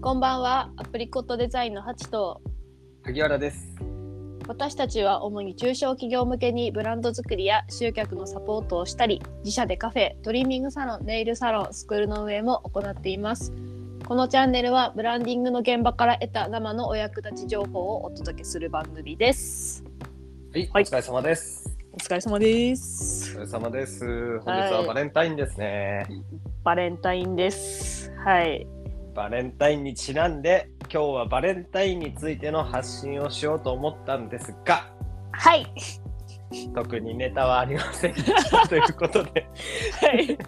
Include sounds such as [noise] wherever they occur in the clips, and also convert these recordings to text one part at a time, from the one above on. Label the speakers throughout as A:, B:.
A: こんばんは、アプリコットデザインのハチと
B: 萩原です。
A: 私たちは主に中小企業向けにブランド作りや集客のサポートをしたり自社でカフェトリミングサロンネイルサロンスクールの運営も行っていますこのチャンネルはブランディングの現場から得た生のお役立ち情報をお届けする番組です
B: はい、
A: はい
B: お疲れ様です。
A: お疲れ様で
B: お
A: す
B: 疲れ様です。本日はバレンタインですね。
A: バレンタインですはい
B: バレンタインにちなんで、今日はバレンタインについての発信をしようと思ったんですが、
A: [laughs] はい
B: 特にネタはありま [laughs] せんということで、
A: はい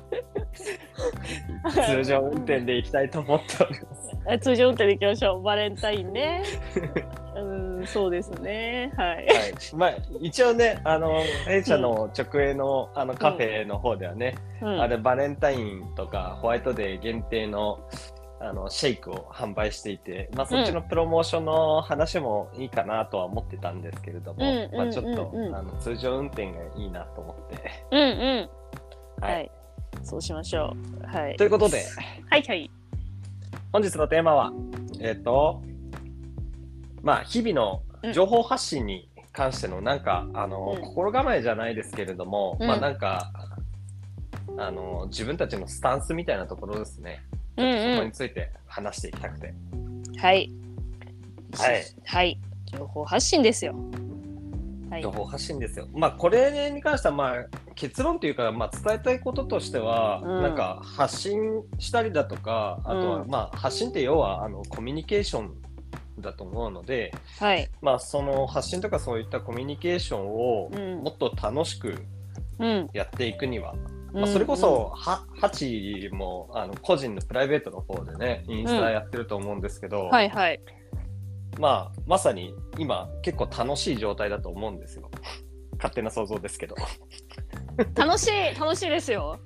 B: 通常運転でいきたいと思っております。
A: え通常運転でいきましょうバレンタインねうんそうですねはい
B: はい、まあ一応ね、あの弊社の直営のあのカフェの方ではね、
A: うん
B: あれバレンタインとかホワイトデー限定のあのシェイクを販売していて、まあ、そっちのプロモーションの話もいいかなとは思ってたんですけれども、
A: うん
B: まあ、ちょっと、
A: うんうんうん
B: あの通常運転がいいなと思って。
A: うんうんは、
B: はいい
A: そうしましょう。はい。
B: ということで
A: はいはい。
B: 本日のテーマはえっ、とまあ日々の情報発信に関してのなんか、あの
A: うん
B: 心構えじゃないですけれども、
A: うん
B: まあなんかあの自分たちのスタンスみたいなところですね、
A: うん
B: そこ
A: う
B: について話していきたくて。
A: ん。はい。
B: はい。
A: はい。情報発信ですよ。はい
B: 情。報発信ですよ。まあこれに関してはまあ結論というか、まあ、伝えたいこととしては、
A: うん
B: なんか発信したりだとかあとは
A: うん
B: まあ発信って要はあのコミュニケーションだと思うので、
A: はい。
B: まあ、その発信とかそういったコミュニケーションを
A: うん
B: もっと楽しく
A: うん。
B: やっていくには、
A: ま
B: まあ、それこそ、はハチもあの個人のプライベートの方でねインスタやってると思うんですけど、
A: はいはい。
B: まあ、まさに今結構楽しい状態だと思うんですよ。 [laughs] 勝手な想像ですけど。 [laughs]
A: 楽しい楽しいですよ。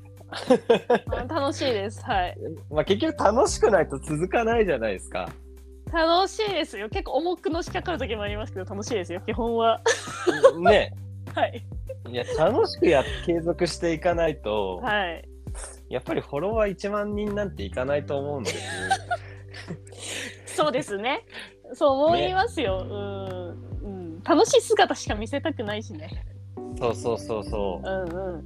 A: あ楽しいです。はい。
B: まあ、結局楽しくないと続かないじゃないですか。 [laughs]
A: 楽しいですよ。結構重くのしかかる時もありますけど楽しいですよ。基本は。
B: ね。
A: はい。
B: いや楽しくや継続していかないと、
A: はい。
B: やっぱりフォロワー1万人なんていかないと思うんですよ。 [laughs]
A: そうですね。そう思いますよ。うん。うん。楽しい姿しか見せたくないしね。
B: そうそうそうそうう。
A: ん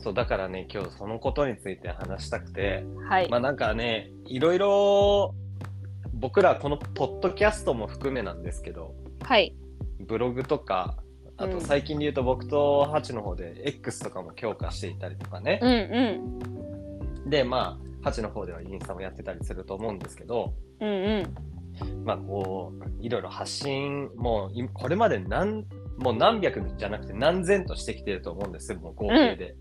B: そうだからね、今日そのことについて話したくて、
A: うん。はい。
B: まあなんかね、いろいろ僕らこのポッドキャストも含めなんですけど、
A: はい。
B: ブログとか、あ
A: うん
B: と最近で言うと僕とハチの方で X とかも強化していたりとかね。
A: うんうん。
B: で、まあ、ハチの方ではインスタもやってたりすると思うんですけど、
A: うんうん。
B: まあこういろいろ発信もういこれまで何もう何百じゃなくて何千としてきてると思うんですよもう合計で、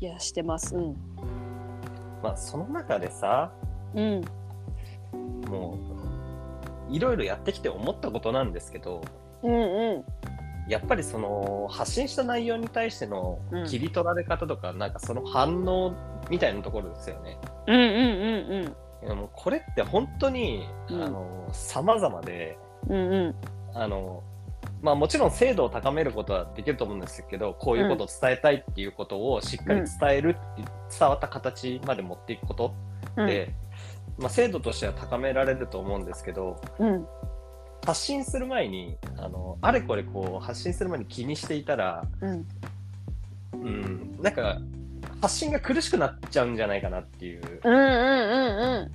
A: いやしてます。うん。
B: まあその中でさ
A: うん。
B: もういろいろやってきて思ったことなんですけど
A: うんうん。
B: やっぱりその発信した内容に対しての
A: うん
B: 切り取られ方とか、なんかその反応みたいなところですよね。
A: うんうんうん
B: いやもうこれって本当に、
A: うん
B: あの様々で
A: うん。うんうん。
B: あの、まあ、もちろん精度を高めることはできると思うんですけどこういうことを伝えたいっていうことをしっかり伝える、伝わった形まで持っていくこと
A: うん
B: で、まあ、精度としては高められると思うんですけど
A: うん
B: 発信する前にあのあれこれこう発信する前に気にしていたら、
A: うん。
B: うん、なんか発信が苦しくなっちゃうんじゃないかなっていう。
A: うんうんうん
B: うん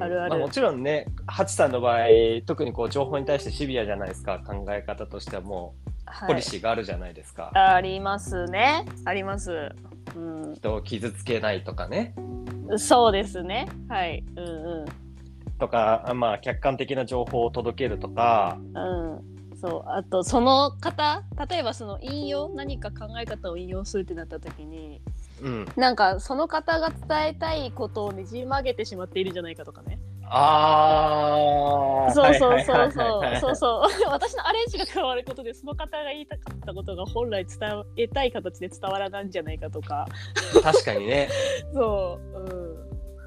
A: あるある
B: まもちろんね、ハチさんの場合、特にこう情報に対してシビアじゃないですか、考え方としてはもう
A: は
B: ポリ
A: い。
B: シーがあるじゃないですか。
A: ありますね。あります。う
B: 人を傷つけないとかね
A: ん。そうですね。はい。うん
B: とかあまあ客観的な情報を届けるとか
A: うん。うん。そうあとその方例えばその引用何か考え方を引用するってなった時に
B: うん
A: なんかその方が伝えたいことをねじ曲げてしまっているんじゃないかとかね
B: あー
A: そうそ
B: は
A: う
B: いは
A: そ
B: いうはい
A: そ
B: は
A: う
B: い
A: そうそう [laughs] 私のアレンジが変わることでその方が言いたかったことが本来伝えたい形で伝わらないんじゃないかとか
B: 確かにね
A: そう、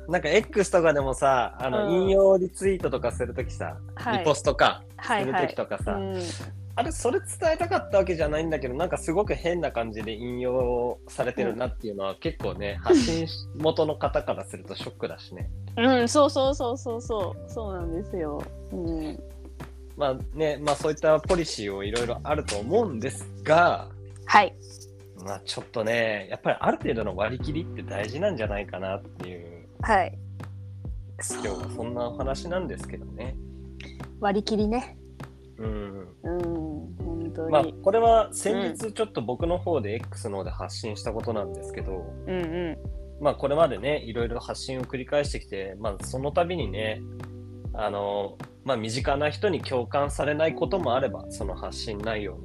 B: なんか X とかでもさあの、
A: うん
B: 引用リツイートとかするときさ、
A: はい
B: リポストか
A: は
B: す
A: い
B: る
A: は
B: とき
A: い
B: とかさ、
A: うん
B: あれ、それ伝えたかったわけじゃないんだけど、なんかすごく変な感じで引用されてるなっていうのは、結構ね、発信元の方からするとショックだしね。
A: うん、そうそうそうそうそう、そうなんですよ。うん、
B: まあね、まあそういったポリシーをいろいろあると思うんですが、
A: はい、
B: まあちょっとね、やっぱりある程度の割り切りって大事なんじゃないかなっていう、
A: はい。
B: 今日はそんなお話なんですけどね。
A: 割り切りね。
B: うん。
A: うん、本当に。
B: まあこれは先日ちょっと僕の方で X の方で発信したことなんですけど、
A: うんうん。
B: まあこれまでね、いろいろ発信を繰り返してきて、まあその度にね、あの、まあ身近な人に共感されないこともあれば、その発信内容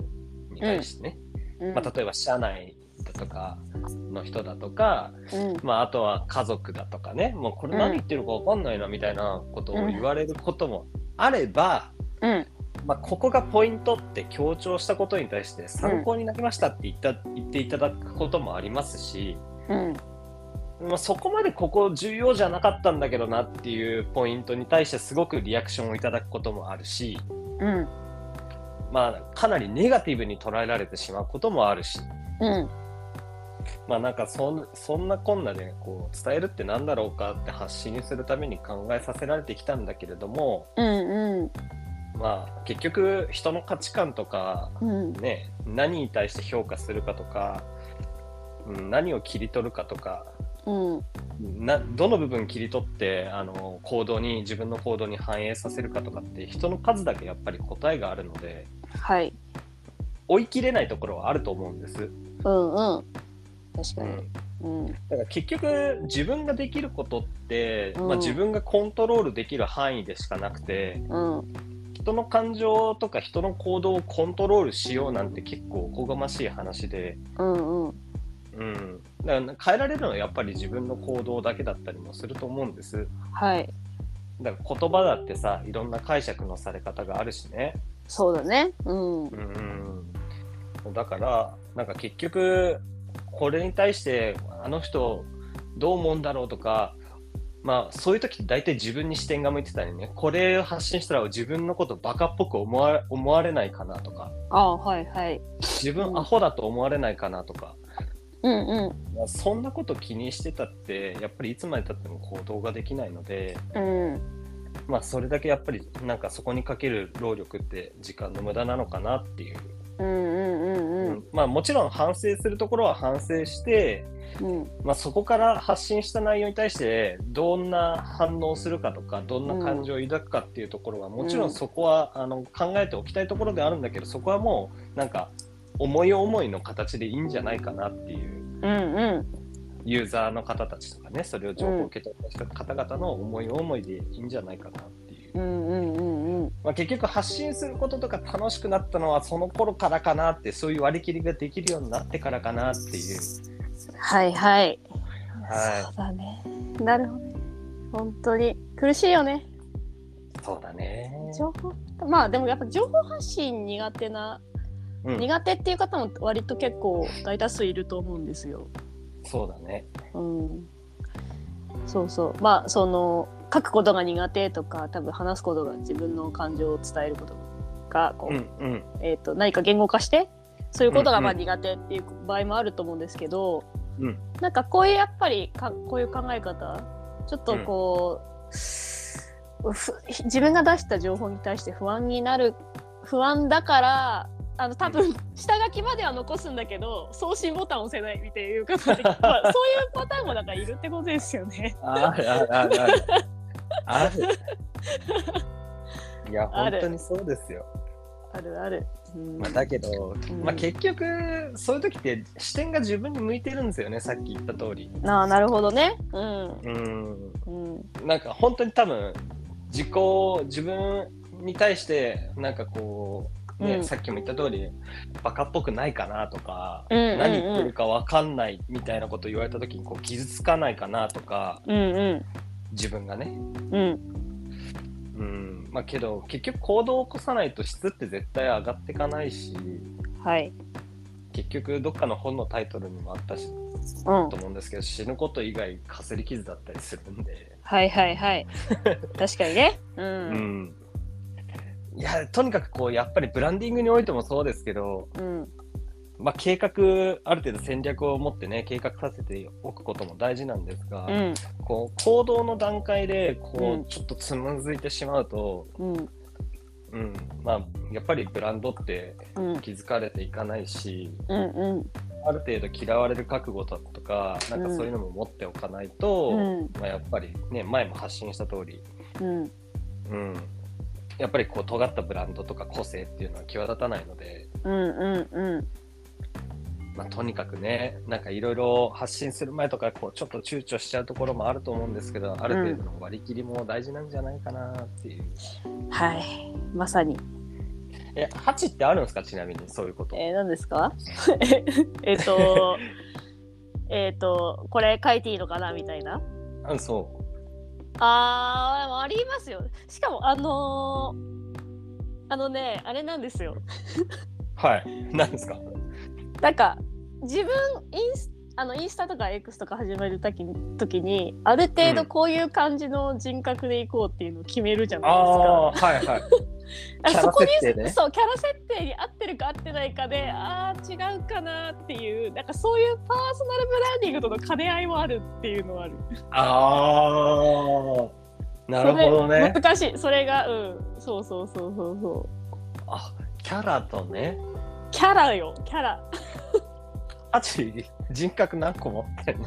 B: に対してね、
A: うん
B: まあ、例えば社内だとかの人だとか、
A: うん、
B: まあ、あとは家族だとかねもうこれ何言ってるか分かんないなみたいなことを言われることもあれば、
A: うん、
B: まあ、ここがポイントって強調したことに対して参考になりましたって言った、言っていただくこともありますし、
A: うん、
B: まあ、そこまでここ重要じゃなかったんだけどなっていうポイントに対してすごくリアクションをいただくこともあるし、
A: うん、
B: まあ、かなりネガティブに捉えられてしまうこともあるし。
A: うん、
B: まあなんかそんそんなこんなでこう伝えるって何だろうかって発信するために考えさせられてきたんだけれども
A: うん、
B: まあ結局人の価値観とか
A: うん、
B: ね何に対して評価するかとか、うん、何を切り取るかとか
A: うん、
B: などの部分切り取ってあの行動に自分の行動に反映させるかとかって人の数だけやっぱり答えがあるので
A: はい、
B: 追い切れないところはあると思うんです。
A: うん、うん。確
B: う
A: か
B: ん
A: に。うん、
B: だから結局自分ができることって、
A: うん
B: まあ、自分がコントロールできる範囲でしかなくて
A: うん、
B: 人の感情とか人の行動をコントロールしようなんて結構おこがましい話で、
A: うん、うん、
B: うん、だから変えられるのはやっぱり自分の行動だけだったりもすると思うんです
A: はい。
B: だから言葉だってさいろんな解釈のされ方があるしね、
A: そうだね。うん、
B: うん、だからなんか結局これに対してあの人どう思うんだろうとかまあそういう時って大体自分に視点が向いてたりねこれを発信したら自分のことバカっぽく思わ思われないかなとか
A: あ、はい、はい。
B: 自分アホだと思われないかなとか、
A: うん、うん。
B: まあそんなこと気にしてたってやっぱりいつまでたっても行動ができないので
A: うん、
B: まあそれだけやっぱりなんかそこにかける労力って時間の無駄なのかなっていう
A: うん、うん、うん、
B: まあ、もちろん反省するところは反省して、
A: うん、
B: まあ、そこから発信した内容に対してどんな反応をするかとかどんな感情を抱くかっていうところは、もちろんそこはあの考えておきたいところであるんだけどそこはもうなんか思い思いの形でいいんじゃないかなっていう
A: うん、うん。
B: ユーザーの方たちとかねそれを情報を受け取った方々の思い思いでいいんじゃないかなってい
A: う
B: う。
A: んうんうんうん
B: まあ、結局発信することとか楽しくなったのはその頃からかなってそういう割り切りができるようになってからかなっていう
A: はいはい、
B: はい
A: そうだねなるほどね本当に苦しいよね
B: そうだね
A: 情報まあでもやっぱ情報発信苦手な、
B: うん、
A: 苦手っていう方も割と結構大多数いると思うんですよ
B: そうだね。
A: うんそうそうまあその書くことが苦手とか多分話すことが自分の感情を伝えることがこう、
B: うんうん
A: えー、と何か言語化してそういうことがまあ
B: うん
A: 苦手っていう場合もあると思うんですけど、
B: うん
A: なんかこういうやっぱりかこういう考え方ちょっとこう、ふ自分が出した情報に対して不安になる不安だからあの多分下書きまでは残すんだけど送信ボタンを押せないみたいな方 [laughs] で、まあ、そういうパターンもなんかいるってことですよね。
B: あるあるあるある。あ
A: [laughs]
B: る。いや
A: あ
B: 本
A: る
B: 当にそうですよ。
A: [laughs] あるある。うん
B: まあ、だけど、
A: うん
B: まあ、結局そういう時って視点が自分に向いてるんですよねさっき言った通り。
A: なあなるほどね。うん
B: うん
A: うん
B: なんか本当に多分自己自分に対してなんかこう、ね
A: うん
B: さっきも言った通りバカっぽくないかなとか、
A: うんうんうん
B: 何言ってるかわかんないみたいなこと言われた時にこう傷つかないかなとか
A: うん
B: 自分がね。
A: うんうん
B: うんまあ、けど結局行動を起こさないと質って絶対上がっていかないし
A: はい。
B: 結局どっかの本のタイトルにもあったし
A: うん
B: と思うんですけど死ぬこと以外かすり傷だったりするんで。
A: はいはいはい。確かにね。う。
B: うんんいや、とにかくこう、やっぱりブランディングにおいてもそうですけど、
A: うん
B: まあ、計画、ある程度戦略を持ってね、計画させておくことも大事なんですが、
A: うん
B: こう行動の段階でこ
A: うん
B: うちょっとつまずいてしまうと、
A: うん
B: うんまあ、やっぱりブランドって
A: うん
B: 気づかれていかないし
A: うんうん
B: ある程度嫌われる覚悟だとかなんかそういうのも持っておかないと、
A: うん
B: まあ、やっぱり、ね、前も発信した通り、
A: うん
B: うん、やっぱりこう尖ったブランドとか個性っていうのは際立たないので、
A: うんうん
B: まあ、とにかくねなんかいろいろ発信する前とかこうちょっと躊躇しちゃうところもあると思うんですけどある程度の割り切りも大事なんじゃないかなっていう。
A: はいまさに
B: え、ハチってあるんですかちなみにそういうこと。
A: えー、何ですかえっとえっとこれ書いていいのかなみたいな
B: あ、そ
A: あーでもありますよしかもあのーあのねあれなんですよ
B: う。はい。なんですか。
A: なんか自分インスあのインスタとか X とか始める時に時にある程
B: う
A: 度
B: ん
A: こういう感じの人格でいこうっていうのを決めるじゃ
B: あ
A: ないですか。
B: あ、はい [laughs] はい。
A: あ
B: キャラ
A: そこに
B: 設定ね
A: そうキャラ設定に合ってるか合ってないかでああ違うかなっていうなんかそういうパーソナルブランディングとの兼ね合いもあるっていうのはある。
B: ああ。なるほど
A: そ
B: ね
A: れ。難しいそれがうんそうそうそうそうそう
B: あ、キャラとね。
A: キャラよキャラ。
B: ハチ、人格何個持ってんの。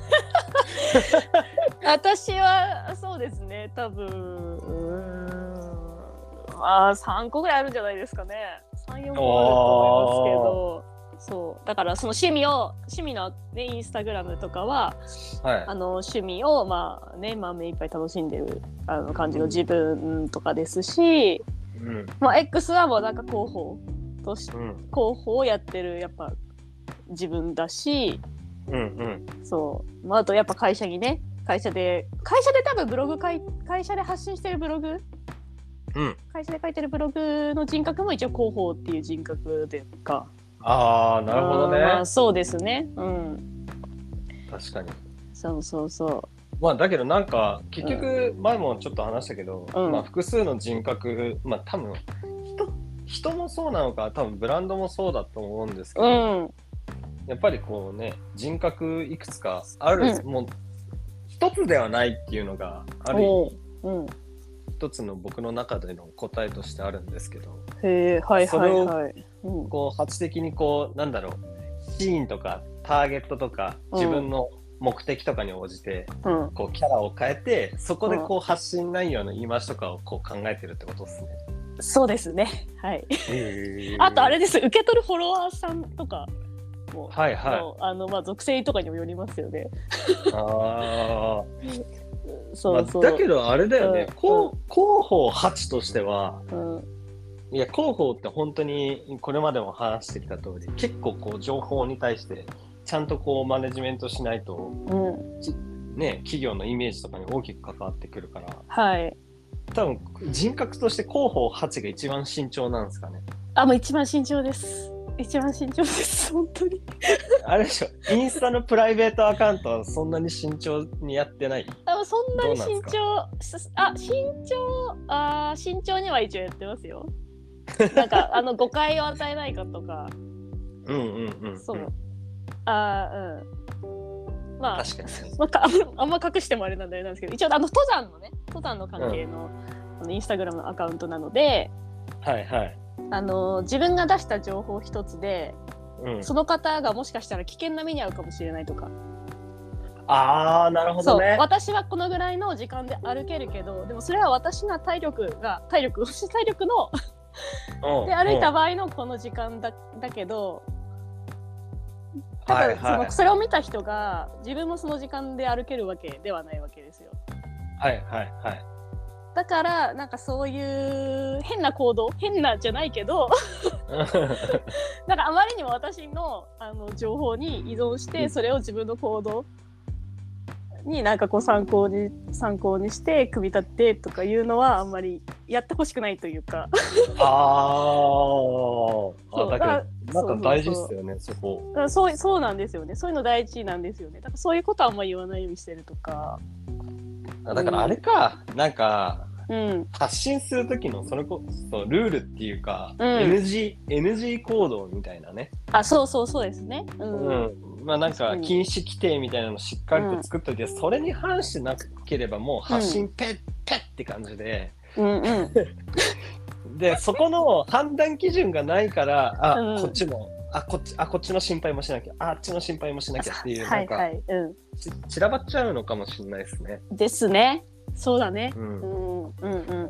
A: 私はそうですね多分うーんあ3個ぐらいあるんじゃないですかね34個あると思いますけどそうだからその趣味を趣味の、ね、インスタグラムとかは
B: はい
A: あ。の趣味をまあねまあ目いっぱい楽しんでるあの感じの自分とかですし、
B: うん。
A: まあ、X はもうなんか広報とし
B: うん。
A: 広報をやってるやっぱ自分だし、
B: うん。うん。
A: そう、まあ、あとやっぱ会社にね会社で会社で多分ブログ会会社で発信してるブログ
B: うん。
A: 会社で書いてるブログの人格も一応広報っていう人格でか
B: ああ、なるほど
A: うんま
B: ね
A: あ、。そうですねうん
B: 確かに。
A: そうそうそ
B: まあ、だけど、なんか、結局、前もちょっと話したけど、
A: うん
B: まあ、複数の人格、まあ、多分。人、人もそうなのか、多分ブランドもそうだと思うんですけ
A: うう
B: ど。
A: ん
B: やっぱりこうね人格いくつかある、
A: う
B: もう一つではないっていうのがある
A: おううん
B: 一つの僕の中での答えとしてあるんですけど
A: へえはい
B: そ
A: はい
B: れを
A: はいうん
B: こう発的にこうなんだろうシーンとかターゲットとか
A: うん
B: 自分の目的とかに応じて、
A: うん
B: こうキャラを変えてそこでこう発信内容の言い回しとかをこう考えてるってことですね。
A: そうですねはいあとあれです受け取るフォロワーさんとかも
B: はいは
A: のあのまあ属性とかにもよりますよね
B: い。あー、
A: そうそう、
B: まあ、だけどあれだよね、
A: うん
B: こう広報8としては、
A: うん
B: いや広報って本当にこれまでも話してきた通り結構こう情報に対してちゃんとこうマネジメントしないと
A: うん
B: ね企業のイメージとかに大きく関わってくるから
A: はい
B: 多分人格として広報8が一番慎重なんですかね
A: あ、もう一番慎重です。一番慎重です。 [laughs] 本当に。
B: あれでしょインスタのプライベートアカウントはそんなに慎重にやってない
A: あ、もうそんなに
B: どうなん
A: 慎
B: です
A: 重。すあ、慎重。あー、慎重には一応やってます
B: [laughs]
A: よ。なんか、あの誤解を与えないかとか。
B: うんうんうん、うん、
A: そう。あー、うん。まあ。
B: 確かに
A: まあか、 [laughs] あんま隠してもあれなんであれなんですけど一応あの登山のね登山の関係の,、あのインスタグラムのアカウントなので
B: はいはい
A: あの自分が出した情報一つで
B: うん、
A: その方がもしかしたら危険な目に遭うかもしれないとか
B: ああなるほ
A: そ
B: ど
A: う
B: ね
A: 私はこのぐらいの時間で歩けるけどでもそれは私の体力が体力体力の
B: うん
A: で歩いた
B: うん
A: 場合のこの時間だだけど多
B: はい
A: 分そ
B: はい
A: のそれを見た人が自分もその時間で歩けるわけではないわけですよ
B: はいはいはい [laughs]
A: だからなんかそういう変な行動変なじゃないけど [laughs] なんかあまりにも私のあの情報に依存し
B: う
A: て
B: ん
A: それを自分の行動になんかこう参考に参考にして組み立ててとかいうのはあんまりやってほしくないというか
B: あー
A: そ
B: あ、
A: う
B: だけど、
A: あ
B: なんか大事っすよね、そこ。
A: だからそうそうなんですよねそういうの大事なんですよねだからそういうことはあんまり言わないようにしてるとか
B: あだからあれか、なんか、
A: うん
B: 発信する時のそれこそルールっていうか、
A: うん
B: NG, NG 行動みたいなね、
A: あそうそうそうですねう、
B: うんんまあ、なん
A: 確か
B: か
A: に
B: 禁止規定みたいなのしっかりと作っといて、それに反してなければもう発信ペッペッって感じで。 [laughs]
A: うんうん
B: でそこの判断基準がないからあ、
A: うん
B: こっちもあこっちあこっちの心配もしなきゃああっちの心配もしなきゃっていう
A: は
B: なん
A: い
B: か、
A: はい、う
B: ち散らばっちゃうのかもしれないですね。
A: ん、ですねそうだね
B: うん
A: うんうんうん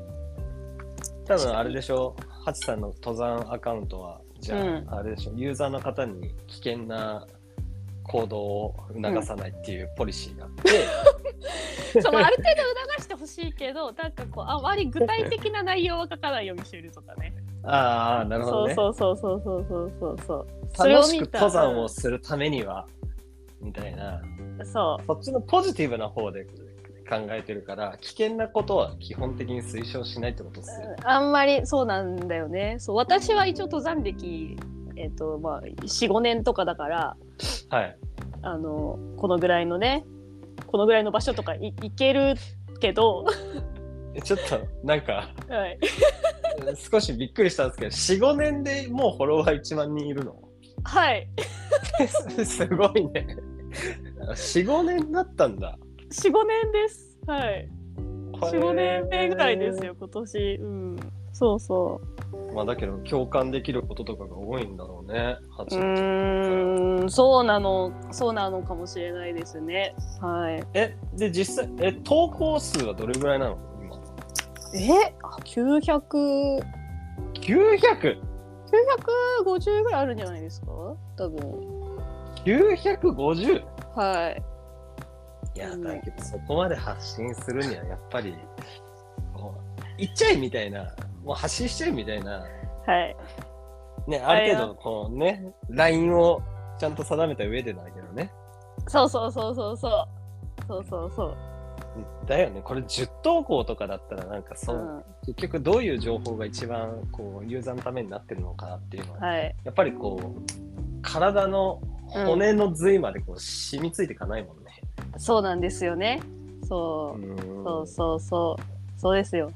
B: 多分あれでしょう、ハチさんの登山アカウントは、じゃあ、
A: うん
B: あれでしょう、ユーザーの方に危険な行動を促さないっていうポリシーがあ
A: [laughs]
B: って、
A: そうまあある程度促してほしいけどなんかこうあまり具体的な内容は書かないようにしてるとかね
B: ああ、 [laughs] なるほどね。
A: そうそうそうそうそうそうそうそれ
B: 楽
A: を
B: し
A: 見
B: く
A: た
B: 登山をするためには、みたいな、
A: そ
B: そっちのポジティブな方で考えてるから、危険なことは基本的に推奨しないってことですよね。
A: うあんまりそうなんだよねそう私は一応登山歴えっ、とまあ45年とかだから
B: はい。
A: あのこのぐらいのねこのぐらいの場所とかい行けるけど、 [laughs]
B: えちょっと、なんか、 [laughs]
A: はい、
B: 少しびっくりしたんですけど、4、5年でもうフォロワー1万人いるの
A: はい、
B: [laughs] すごいね。4、5年だったんだ。
A: 45年ですはい45年目ぐらいです。よ今年うんそうそう
B: まあだけど共感できることとかが多いんだろうね。ハ
A: う
B: チ
A: ーんそうなのそうなのかもしれないですねはい
B: え、で実際え投稿数はどれぐらいなの？今。
A: え900
B: 900。
A: 950ぐらいあるんじゃないですか多分
B: 950。
A: はい
B: いや
A: うん
B: だけどそこまで発信するにはやっぱりこう行っちゃいみたいな。もう発信しちゃいみたいな。
A: はい
B: ね、ある程度こうね、ラインをちゃんと定めた上でだけどね。
A: そうそうそうそうそうそうそうそう
B: だよね。これ10投稿とかだったらなんかそうう、
A: ん
B: 結局どういう情報が一番こうユーザーのためになってるのかなっていうのは、
A: はい
B: やっぱりこう体の骨の髄までこう染みついていかないもんね。
A: そうなんですよねそう、
B: うん
A: そうそうそうそうですよ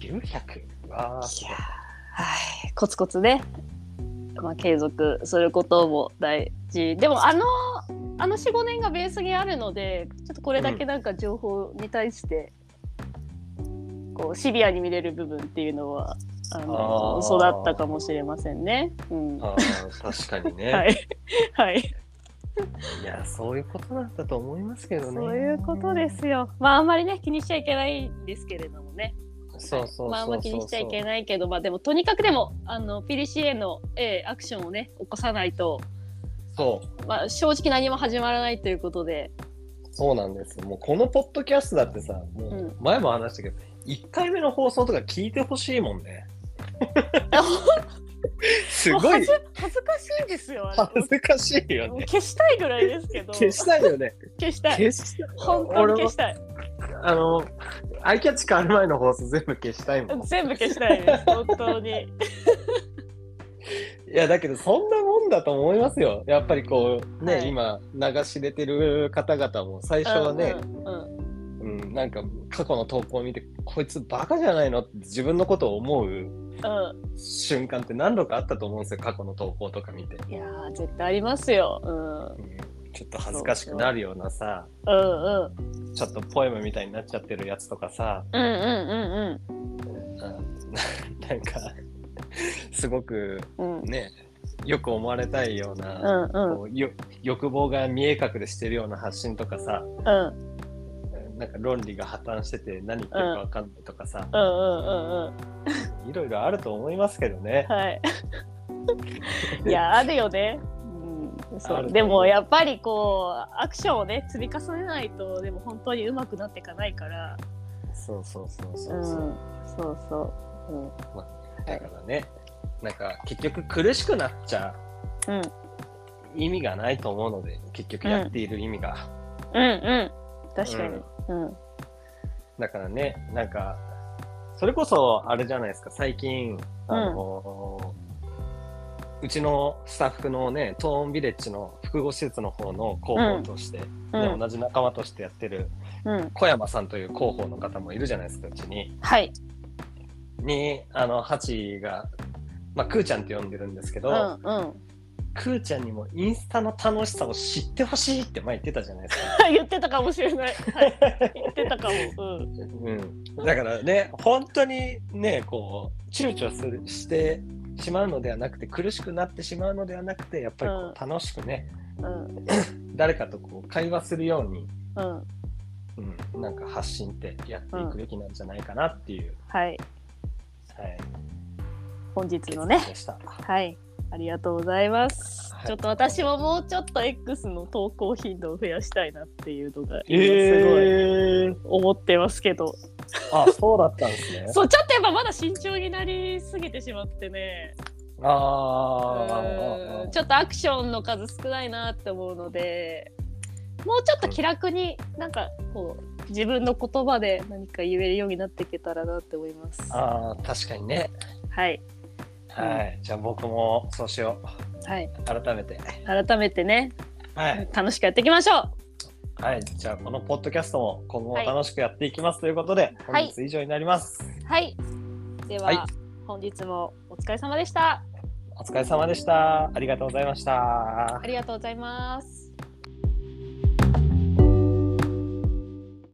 B: 900
A: い
B: わー
A: やーはいコツコツね、まあ、継続することも大事でもあのあの45年がベースにあるのでちょっとこれだけなんか情報に対して、こうシビアに見れる部分っていうのはあの
B: あー
A: 育ったかもしれませんね。うん、は
B: あー確か
A: [laughs]
B: にね、い、
A: い、はい、
B: やそういうことなんだと思いますけどね
A: そういうことですよ。まああんまりね気にしちゃいけないんですけれどもね。
B: そうそうそうそう
A: まああんま気にしちゃいけ
B: ない
A: ないけどまあでもとにかくでもあの PDCA の、えーアクションをね起こさないと
B: そう
A: まあ、正直何も始まらないということで、
B: そうなんですもうこのポッドキャストだってさも
A: う
B: う前も話したけど、一1回目の放送とか聞いてほしいも
A: [laughs]
B: んねす
A: もう
B: ご
A: 恥
B: い
A: ず恥ずかしいですよ。あれ
B: 恥ずかしいよ
A: もう
B: ね
A: 消したいぐらいですけど、
B: 消したいよね
A: 消した [laughs] い。
B: 消したい
A: 本当に
B: 俺
A: 消
B: も
A: したい。
B: あのアイキャッチ変わる前の放送全部消したいもんい
A: 全部消したいです。本当に。
B: やだけどそんなもんだと思いますよやっぱりこうね、
A: はい
B: 今流し出てる方々も最初はね、
A: うんうん
B: うんなんか過去の投稿を見てこいつバカじゃないのって自分のことを思う
A: うん
B: 瞬間って何度かあったと思うんですよ過去の投稿とか見て、
A: いやー絶対ありますよ。うん
B: うんちょっと恥ずかしくなるようなさ
A: うんうん
B: ちょっとポエムみたいになっちゃってるやつとかさ、
A: うんうん
B: うん [laughs] なんかすごく
A: うんうん
B: ねよく思われたいような、
A: うんうん
B: こうよ欲望が見え隠れしてるような発信とかさ
A: うん
B: なんか論理が破綻してて何言ってるか分かんないとかさ、
A: うんうんうんうん
B: いろいろあると思いますけどね。
A: [laughs] はい。いやあるよね。うん、
B: あ
A: そ
B: る
A: うでもやっぱりこうアクションをね積み重ねないとでも本当に上手くなっていかないから。
B: そうそうそう
A: う
B: そ
A: ん
B: うそう、
A: そうそう。うん
B: だからねなんか結局苦しくなっちゃ
A: うん
B: 意味がないと思うので結局やっている意味が、
A: うんうん確かに。うん
B: だからねなんかそれこそあれじゃないですか最近あのーうちのスタッフのね、トーンビレッジの複合施設の方の広報として、
A: うん
B: ね同じ仲間としてやってる
A: うん、
B: 小山さんという広報の方もいるじゃないですか、うちに。
A: はい、
B: に、あの、ハチが、まあ、くーちゃんって呼んでるんですけ
A: う
B: ど、
A: ん、うん。 [laughs]
B: くーちゃんにもインスタの楽しさを知ってほしいって前言ってたじゃないですか。
A: 言ってたかもしれない。はい、言ってたかも。うん、
B: うん、だからね、本当にね、こう、躊躇するしてしまうのではなくて、苦しくなってしまうのではなくて、やっぱりこう楽しくね、
A: うん、
B: 誰かとこう会話するように、
A: うん、
B: うん、なんか発信ってやっていくべきなんじゃないかなっていう、
A: はい、
B: はい、
A: 本日の
B: 決
A: ね。
B: 意でした。
A: はい、ありがとうございます。
B: はい
A: ちょっと私ももうちょっと X の投稿頻度を増やしたいなっていうのが、すごい
B: えー、
A: 思ってますけど。
B: あ、そうだったんですね。
A: そう、ちょっとやっぱまだ慎重になりすぎてしまってね。
B: あーあ
A: う
B: ー
A: んちょっとアクションの数少ないなって思うのでもうちょっと気楽になんかこう自分の言葉で何か言えるようになっていけたらなって思います。
B: あー、確かにね。
A: はい、
B: はい、じゃあ僕もそうしよ
A: はい、
B: う。改めて。
A: 改めてね
B: はい、
A: 楽しくやっていきましょ
B: はい、じゃあこのポッドキャストも今後も楽しくやっていきますということで、
A: はい
B: 本日以上になります。
A: うはいでは、
B: はい
A: 本日もお疲れ様でした
B: お疲れ様でした。ありがとうございました。
A: ありがとうございます。